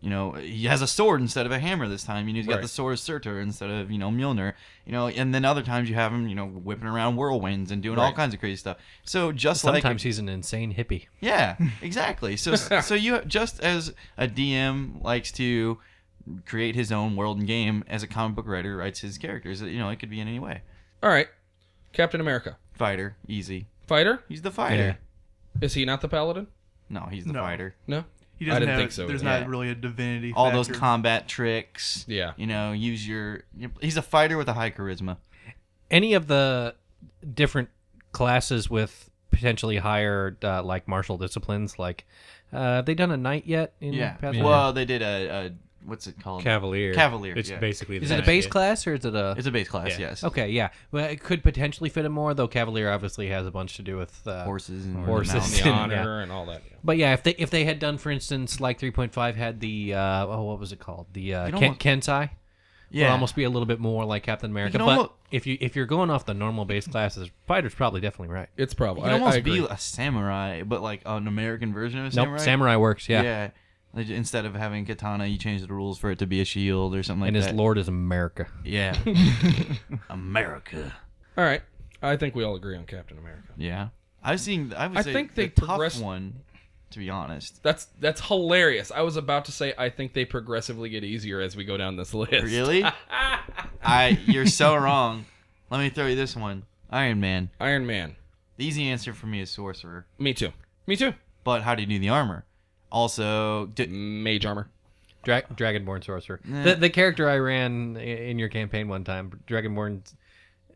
E: You know, he has a sword instead of a hammer this time. You know, he's got
B: Right.
E: the sword of Surtur instead of you know Mjolnir. You know, and then other times you have him, you know, whipping around whirlwinds and doing all
B: Right.
E: kinds of crazy stuff. So just like
C: Sometimes he's an insane hippie.
E: yeah, exactly. So so you just as a DM likes to create his own world and game, as a comic book writer writes his characters, you know, it could be in any way.
B: All right, Captain America.
E: Fighter, easy.
B: Fighter?
E: He's the fighter.
B: Is he not the paladin?
E: No, he's the
D: No.
E: fighter.
B: No.
D: He
B: I
D: doesn't
B: didn't
D: have.
B: think so,
D: there's
E: yeah.
D: not really a divinity.
E: All those
D: factor.
E: combat tricks.
B: Yeah.
E: You know, use your. He's a fighter with a high charisma.
C: Any of the different classes with potentially higher uh, like martial disciplines, like uh, have they done a knight yet? In
E: Yeah.
C: Pathfinder?
E: Well, they did a, a what's it called?
F: Cavalier.
E: Cavalier,
F: It's
E: yeah.
F: basically the
C: is it a
F: same
C: base
F: idea.
C: class or is it a?
E: It's a base class,
F: Yeah.
E: yes.
C: okay, yeah. Well, it could potentially fit in more, though. Cavalier obviously has a bunch to do with uh,
E: Horses and
C: Horses.
E: mountains.
B: The
C: Yeah.
B: honor and all that.
C: But yeah, if they if they had done, for instance, like 3.5 had the uh, oh, what was it called? The uh,
E: You'd
C: Ken-
E: almost-
C: Kensai.
E: Yeah.
C: would almost be a little bit more like Captain America.
E: can
C: But
E: almo-
C: if you if you're going off the normal base classes, fighter's probably definitely right.
B: It's
E: He
B: probably.
E: could
B: I,
E: almost
B: I agree.
E: be a samurai, but like an American version of a
C: Nope,
E: samurai.
C: samurai works. Yeah.
E: yeah. They ju- Instead of having katana, you change the rules for it to be a shield or something like
C: and
E: that.
C: his lord is America.
E: yeah, America.
B: All right. I think we all agree on Captain America.
E: Yeah, I've seen. I would
B: I
E: say
B: think they
E: the tough
B: progressed-
E: one. To be honest,
B: That's that's hilarious. I was about to say I think they progressively get easier as we go down this list.
E: really, I you're so wrong. Let me throw you this one: Iron Man.
B: Iron Man.
E: The easy answer for me is sorcerer.
B: Me too. Me too.
E: But how do you do the armor? Also,
B: Mm.
E: d-
B: Mage armor.
C: Dra- Dragonborn sorcerer.
E: Nah.
C: The, the character I ran i- in your campaign one time, Dragonborn,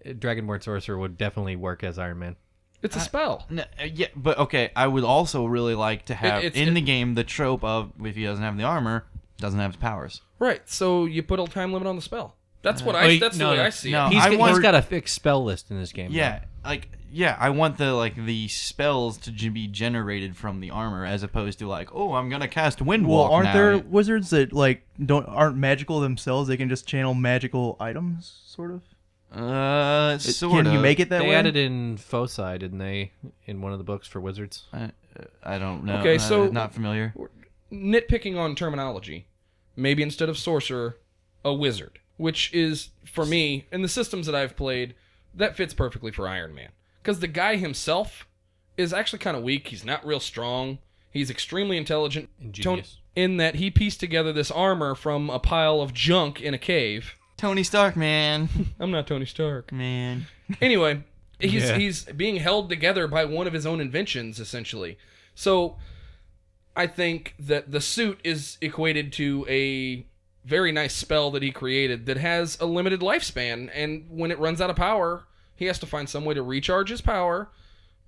C: Dragonborn sorcerer would definitely work as Iron Man.
B: It's a spell.
E: n- uh, yeah, but okay. I would also really like to have
B: it's-
E: in
B: it-
E: the game the trope of if he doesn't have the armor, doesn't have his powers.
B: Right. So you put a time limit on the spell. That's what
C: Oh,
B: I
C: you-
B: that's
C: no,
B: the way
C: no,
B: I see
E: no.
B: it.
C: He's,
E: I
C: g-
E: want-
C: he's got a fixed spell list in this game.
E: Yeah, like yeah, I want the like the spells to j- be generated from the armor as opposed to like oh I'm gonna cast wind
D: Well,
E: walk
D: aren't
E: now.
D: there wizards that like don't aren't magical themselves? They can just channel magical items, sort of.
E: Uh, sort
D: can
E: of.
D: you make it that
C: They
D: way?
C: added in Foci, didn't they, in one of the books for wizards?
E: I, uh, I don't know.
B: Okay,
E: Uh,
B: so-
E: not familiar.
B: Nitpicking on terminology. Maybe instead of sorcerer, a wizard, which is for me in the systems that I've played, that fits perfectly for Iron Man because the guy himself is actually kind of weak. He's not real strong. He's extremely intelligent. Tony-
C: Ingenious.
B: in that he pieced together this armor from a pile of junk in a cave.
E: Tony Stark, man,
B: I'm not Tony Stark.
E: man.
B: Anyway, he's
F: Yeah.
B: he's being held together by one of his own inventions, essentially. So I think that the suit is equated to a very nice spell that he created that has a limited lifespan, and when it runs out of power, he has to find some way to recharge his power,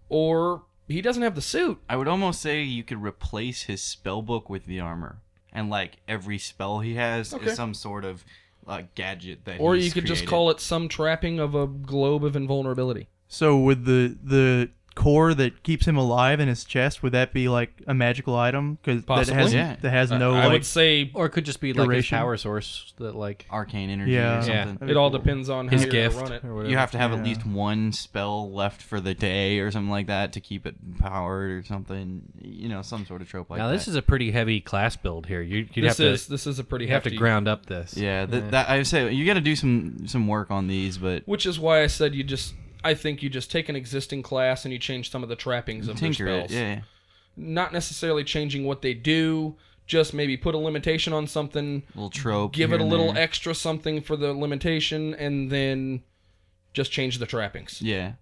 B: or he doesn't have the suit.
E: I would almost say you could replace his spell book with the armor, and like every spell he has
B: Okay.
E: is some sort of like gadget that.
B: Or
E: he's
B: you could just
E: created.
B: call it some trapping of a globe of invulnerability.
D: So would the the core that keeps him alive in his chest would that be like a magical item because that
B: Possibly.
D: has
E: Yeah.
D: that has no
B: I
D: like
B: would say
C: Or it could just be like his
D: Duration?
C: power source that like
E: arcane energy
D: Yeah.
E: or
D: Yeah.
E: something.
B: it all depends on how
C: his
B: you're
C: gift
B: gonna run it.
C: or whatever.
E: You have to have at
D: Yeah.
E: least one spell left for the day or something like that to keep it powered or something. You know, some sort of trope like
C: now
E: that.
C: this is a pretty heavy class build here. You you'd
B: This
C: have to
B: is this is a pretty
C: you have to
B: hefty-
C: ground up this.
E: yeah, th- that I say you got to do some some work on these, but
B: Which is why I said you just. I think you just take an existing class and you change some of the trappings of their
E: tinker
B: spells.
E: it. Yeah,
B: Not necessarily changing what they do, just maybe put a limitation on something,
E: little trope.
B: give
E: here
B: it a
E: and
B: little
E: there.
B: extra something for the limitation, and then just change the trappings.
E: Yeah,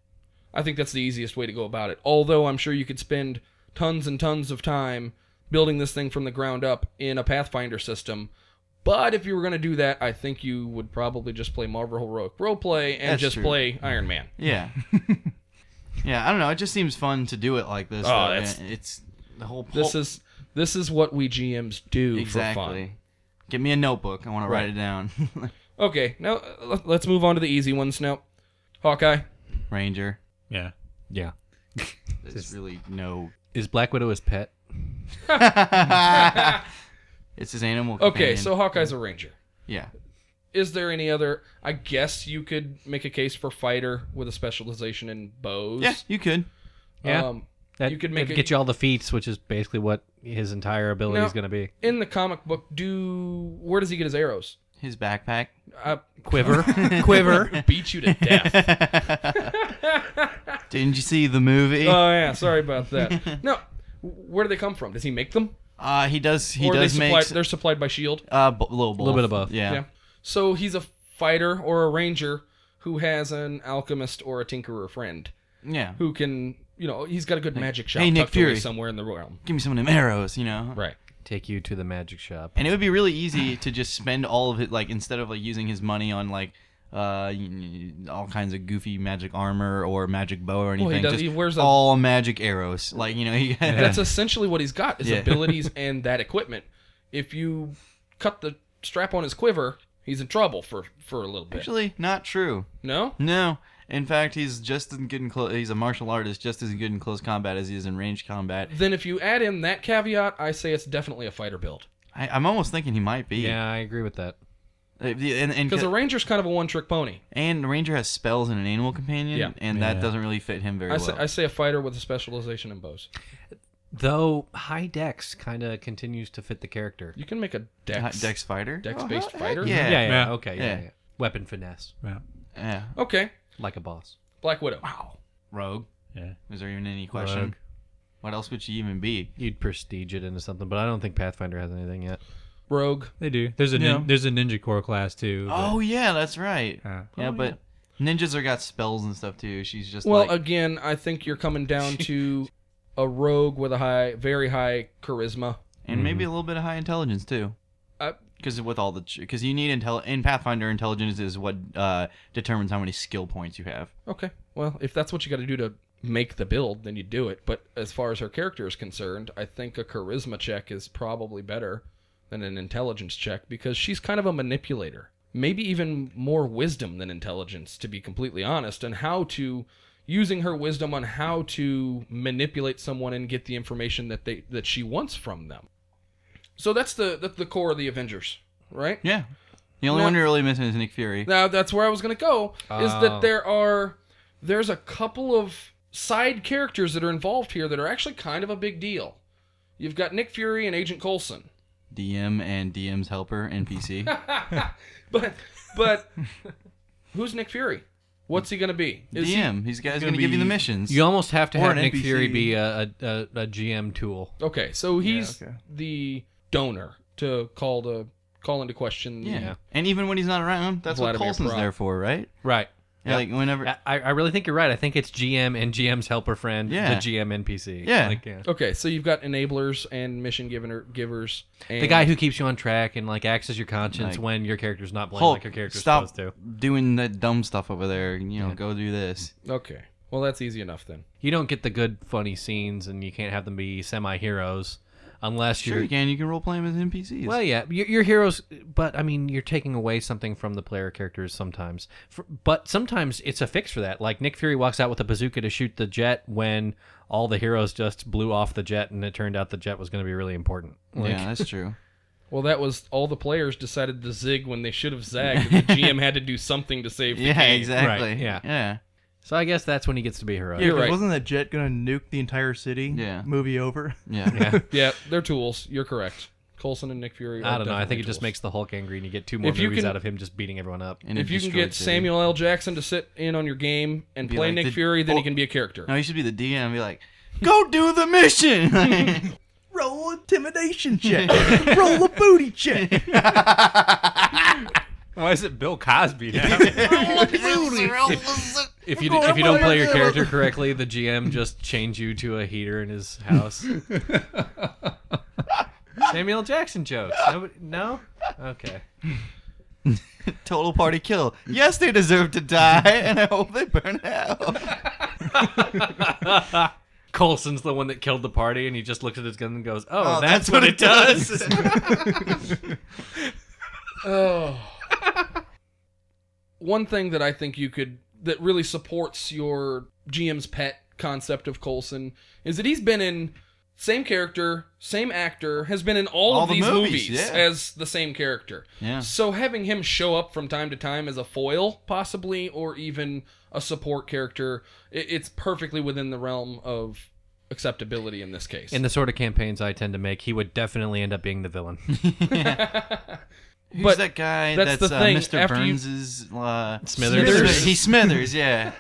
B: I think that's the easiest way to go about it. Although I'm sure you could spend tons and tons of time building this thing from the ground up in a Pathfinder system. But if you were going to do that, I think you would probably just play Marvel Heroic Roleplay and
E: That's
B: just
E: true.
B: play Iron Man.
E: yeah, yeah. I don't know. It just seems fun to do it like this.
B: Oh,
E: though,
B: that's-
E: and it's the whole. Pul-
B: This is this is what we GMs do
E: exactly.
B: for fun.
E: Get me a notebook. I want to write
B: Right.
E: it down.
B: Okay, now uh, let's move on to the easy ones now. Hawkeye.
E: Ranger.
F: Yeah.
C: Yeah.
E: There's really no.
C: Is Black Widow his pet?
E: it's his animal.
B: Okay,
E: companion.
B: so Hawkeye's a ranger.
E: yeah,
B: Is there any other? I guess you could make a case for fighter with a specialization in bows.
E: yeah, you could.
C: Yeah.
B: Um,
C: That,
B: You could make
C: that'd
B: it-
C: get you all the feats, which is basically what his entire ability
B: No.
C: is going to be.
B: in the comic book, do where does he get his arrows?
E: His backpack.
B: I
C: Quiver, quiver.
B: beat you to death.
E: Didn't you see the movie?
B: oh yeah, sorry about that. No, where do they come from? Does he make them?
E: Uh, he does. He
B: or are
E: does
B: they
E: make
B: supplied, they're supplied by Shield.
E: uh, b- little both.
C: Little bit of both.
E: Yeah.
B: Yeah. So he's a fighter or a ranger who has an alchemist or a tinkerer friend
E: Yeah.
B: who can, you know, he's got a good magic shop
E: hey, Nick
B: tucked away
E: Fury.
B: somewhere in the realm.
E: Give me some of them arrows, you know.
B: Right.
C: Take you to the magic shop.
E: And it would be really easy to just spend all of it, like instead of like using his money on like uh y- y- all kinds of goofy magic armor or magic bow or anything.
B: he does-
E: just
B: he wears a-
E: all magic arrows. Like you know, he,
B: That's essentially what he's got is
E: Yeah.
B: abilities and that equipment. If you cut the strap on his quiver, he's in trouble for for a little bit.
E: actually not true.
B: no?
E: No. In fact, he's just as good in close. He's a martial artist, just as good in close combat as he is in ranged combat.
B: Then if you add in that caveat, I say it's definitely a fighter build.
E: I, I'm almost thinking he might be.
C: Yeah, I agree with that.
E: Uh, the- And, and,
B: Because a ranger's kind of a one trick pony.
E: and the ranger has spells and an animal companion,
B: Yeah.
E: and that doesn't really fit him very
B: I
E: well.
B: say, I say a fighter with a specialization in bows.
C: Though high dex kind of continues to fit the character.
B: You can make a
E: Hi-
B: dex
E: Dex fighter. Oh,
B: dex based fighter.
E: Yeah.
C: yeah, yeah,
F: Yeah.
C: okay, yeah.
E: Yeah.
C: yeah. Weapon finesse,
F: Yeah.
E: Yeah.
B: Okay.
C: like a boss.
B: Black Widow.
E: Rogue.
F: Yeah.
E: Is there even any question?
F: Rogue.
E: What else would you even be?
C: You'd prestige it into something, but I don't think Pathfinder has anything yet.
B: Rogue.
F: They do. There's a
E: Yeah.
F: nin- there's a ninja core class too. but- uh,
E: Oh yeah, that's right.
F: Yeah.
E: yeah, but ninjas are got spells and stuff too. She's just
B: Well,
E: like,
B: again, I think you're coming down to a rogue with a high, very high charisma.
E: and maybe
C: Mm-hmm.
E: a little bit of high intelligence too.
B: Uh,
E: Because with all the, because you need intel in Pathfinder, intelligence is what uh, determines how many skill points you have.
B: okay, well, if that's what you got to do to make the build, then you do it. But as far as her character is concerned, I think a charisma check is probably better than an intelligence check because she's kind of a manipulator. Maybe even more wisdom than intelligence, to be completely honest, and how to using her wisdom on how to manipulate someone and get the information that they that she wants from them. So that's the that's the core of the Avengers, right?
E: Yeah, the only
B: No.
E: one you're really missing is Nick Fury.
B: Now that's where I was gonna go. Is
F: Oh.
B: that there are there's a couple of side characters that are involved here that are actually kind of a big deal. You've got Nick Fury and Agent Coulson,
E: DM and DM's helper NPC.
B: but but who's Nick Fury? What's he gonna be? Is he-
E: DM. He's guys
D: gonna
E: gonna, give you the
D: be-
E: missions.
C: You almost have to
D: Or
C: have
D: an
C: Nick
D: NPC.
C: Fury be a, a, a, a GM tool.
B: okay, so he's
D: okay.
B: the donor to call to call into question. the-
E: yeah. and even when he's not around, that's
B: Vladimir
E: what Coulson's
B: Perot.
E: there for, right?
C: Right.
E: Yeah. Like whenever.
C: I, I really think you're right. I think it's GM and GM's helper friend,
E: Yeah.
C: the GM NPC.
E: Yeah.
C: Like, yeah.
B: Okay, so you've got enablers and mission giver givers. And
C: The guy who keeps you on track and like axes your conscience
E: Like-
C: when your character's not playing
E: Hulk,
C: like your character's
E: stop
C: supposed to.
E: doing that dumb stuff over there. You know, go do this.
B: Okay, well that's easy enough then.
C: You don't get the good funny scenes, and you can't have them be semi heroes unless
E: Sure,
C: you're.
E: you can. You can role play him as NPCs.
C: Well, yeah, your, your heroes, but I mean, you're taking away something from the player characters sometimes. For, but sometimes it's a fix for that. Like Nick Fury walks out with a bazooka to shoot the jet when all the heroes just blew off the jet, and it turned out the jet was going to be really important. Like,
E: yeah, that's true.
B: Well, that was all the players decided to zig when they should have zagged. and the GM had to do something to save the
E: yeah,
B: game.
E: exactly.
C: Right, yeah.
E: yeah.
C: So I guess that's when he gets to be a hero.
B: You're
D: Because
B: right.
D: Wasn't that jet gonna nuke the entire city?
E: Yeah.
D: Movie over.
E: Yeah.
C: Yeah.
B: Yeah, they're tools. You're correct. Colson and Nick Fury. Are
C: I don't know. I think
B: definitely
C: it just
B: tools.
C: makes the Hulk angry, and you get two more
B: If you
C: movies
B: can-
C: out of him just beating everyone up.
E: And
B: If
E: it
B: you can
E: destroyed
B: get
E: city.
B: Samuel L. Jackson to sit in on your game and
E: Be
B: play
E: like
B: Nick
E: the-
B: Fury, then
E: oh.
B: he can be a character.
E: No, you should be the DM and be like, go do the mission.
D: Roll intimidation check. Roll a booty check.
F: Why is it Bill Cosby now?
C: If you if you don't play your character correctly, the GM just chains you to a heater in his house. Samuel Jackson jokes. Nobody, no, okay.
E: Total party kill. Yes, they deserve to die, and I hope they burn out.
C: Colson's the one that killed the party, and he just looks at his gun and goes, "Oh,
E: Oh,
C: that's,
E: that's
C: what,
E: what
C: it does."
B: Oh. One thing that I think you could that really supports your GM's pet concept of Colson is that he's been in same character, same actor, has been in all,
E: All
B: of
E: the
B: these movies,
E: movies, yeah.
B: as the same character.
E: Yeah.
B: So having him show up from time to time as a foil, possibly, or even a support character, it, it's perfectly within the realm of acceptability in this case.
C: in the sort of campaigns I tend to make, he would definitely end up being the villain.
E: Who's
B: But
E: that guy
B: that's
E: that's,
B: the thing,
E: Uh, Mr.
B: after you-
E: Burns's uh,
C: Smithers.
B: Smithers.
E: He Smithers, yeah,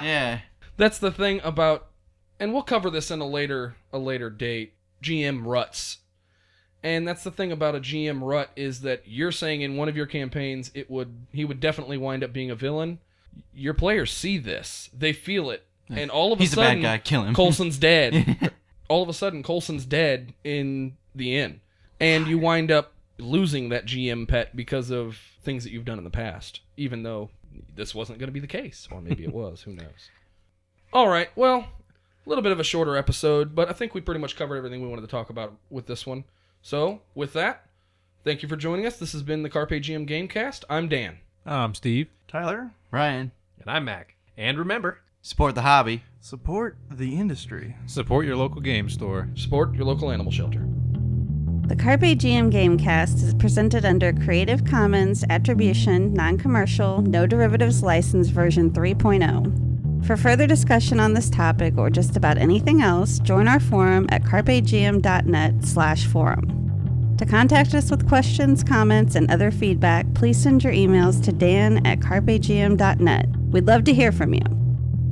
E: yeah.
B: that's the thing about and we'll cover this in a later a later date gm ruts and that's the thing about a gm rut is that you're saying in one of your campaigns it would he would definitely wind up being a villain your players see this they feel it and all of
E: He's
B: a
E: a
B: sudden
E: bad guy. Kill him.
B: colson's dead all of a sudden colson's dead in the end and you wind up losing that gm pet because of things that you've done in the past even though this wasn't going to be the case or maybe it was who knows all right. Well, a little bit of a shorter episode, but I think we pretty much covered everything we wanted to talk about with this one. So, with that, thank you for joining us. This has been the Carpe GM Gamecast. I'm Dan.
F: um, Steve.
D: Tyler,
E: Ryan,
C: and I'm Mac. And remember,
E: support the hobby.
D: support the industry.
F: Support your local game store.
B: Support your local animal shelter.
A: The Carpe GM Gamecast is presented under Creative Commons Attribution, Non Commercial, No Derivatives License version 3.0. oh. For further discussion on this topic or just about anything else, join our forum at carpegm.net slash forum. To contact us with questions, comments, and other feedback, please send your emails to dan at carpegm.net. We'd love to hear from you.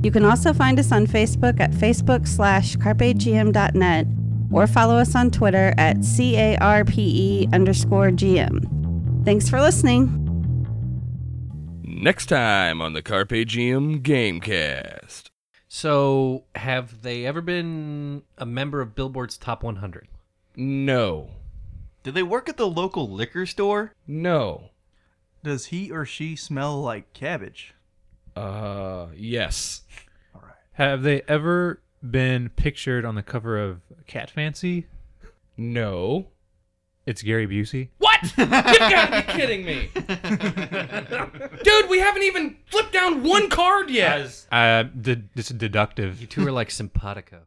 A: You can also find us on Facebook at facebook slash carpegm.net or follow us on Twitter at carpe E underscore gm. Thanks for listening.
B: Next time on the Carpe Diem Gamecast.
C: So, have they ever been a member of Billboard's Top 100?
B: No.
E: Did they work at the local liquor store?
B: No.
D: Does he or she smell like cabbage?
B: Uh, yes.
F: Have they ever been pictured on the cover of Cat Fancy?
B: No.
F: It's Gary Busey.
B: What? You've got to be kidding me. Dude, we haven't even flipped down one card yet.
F: Uh, de- it's deductive.
C: You two are like simpatico.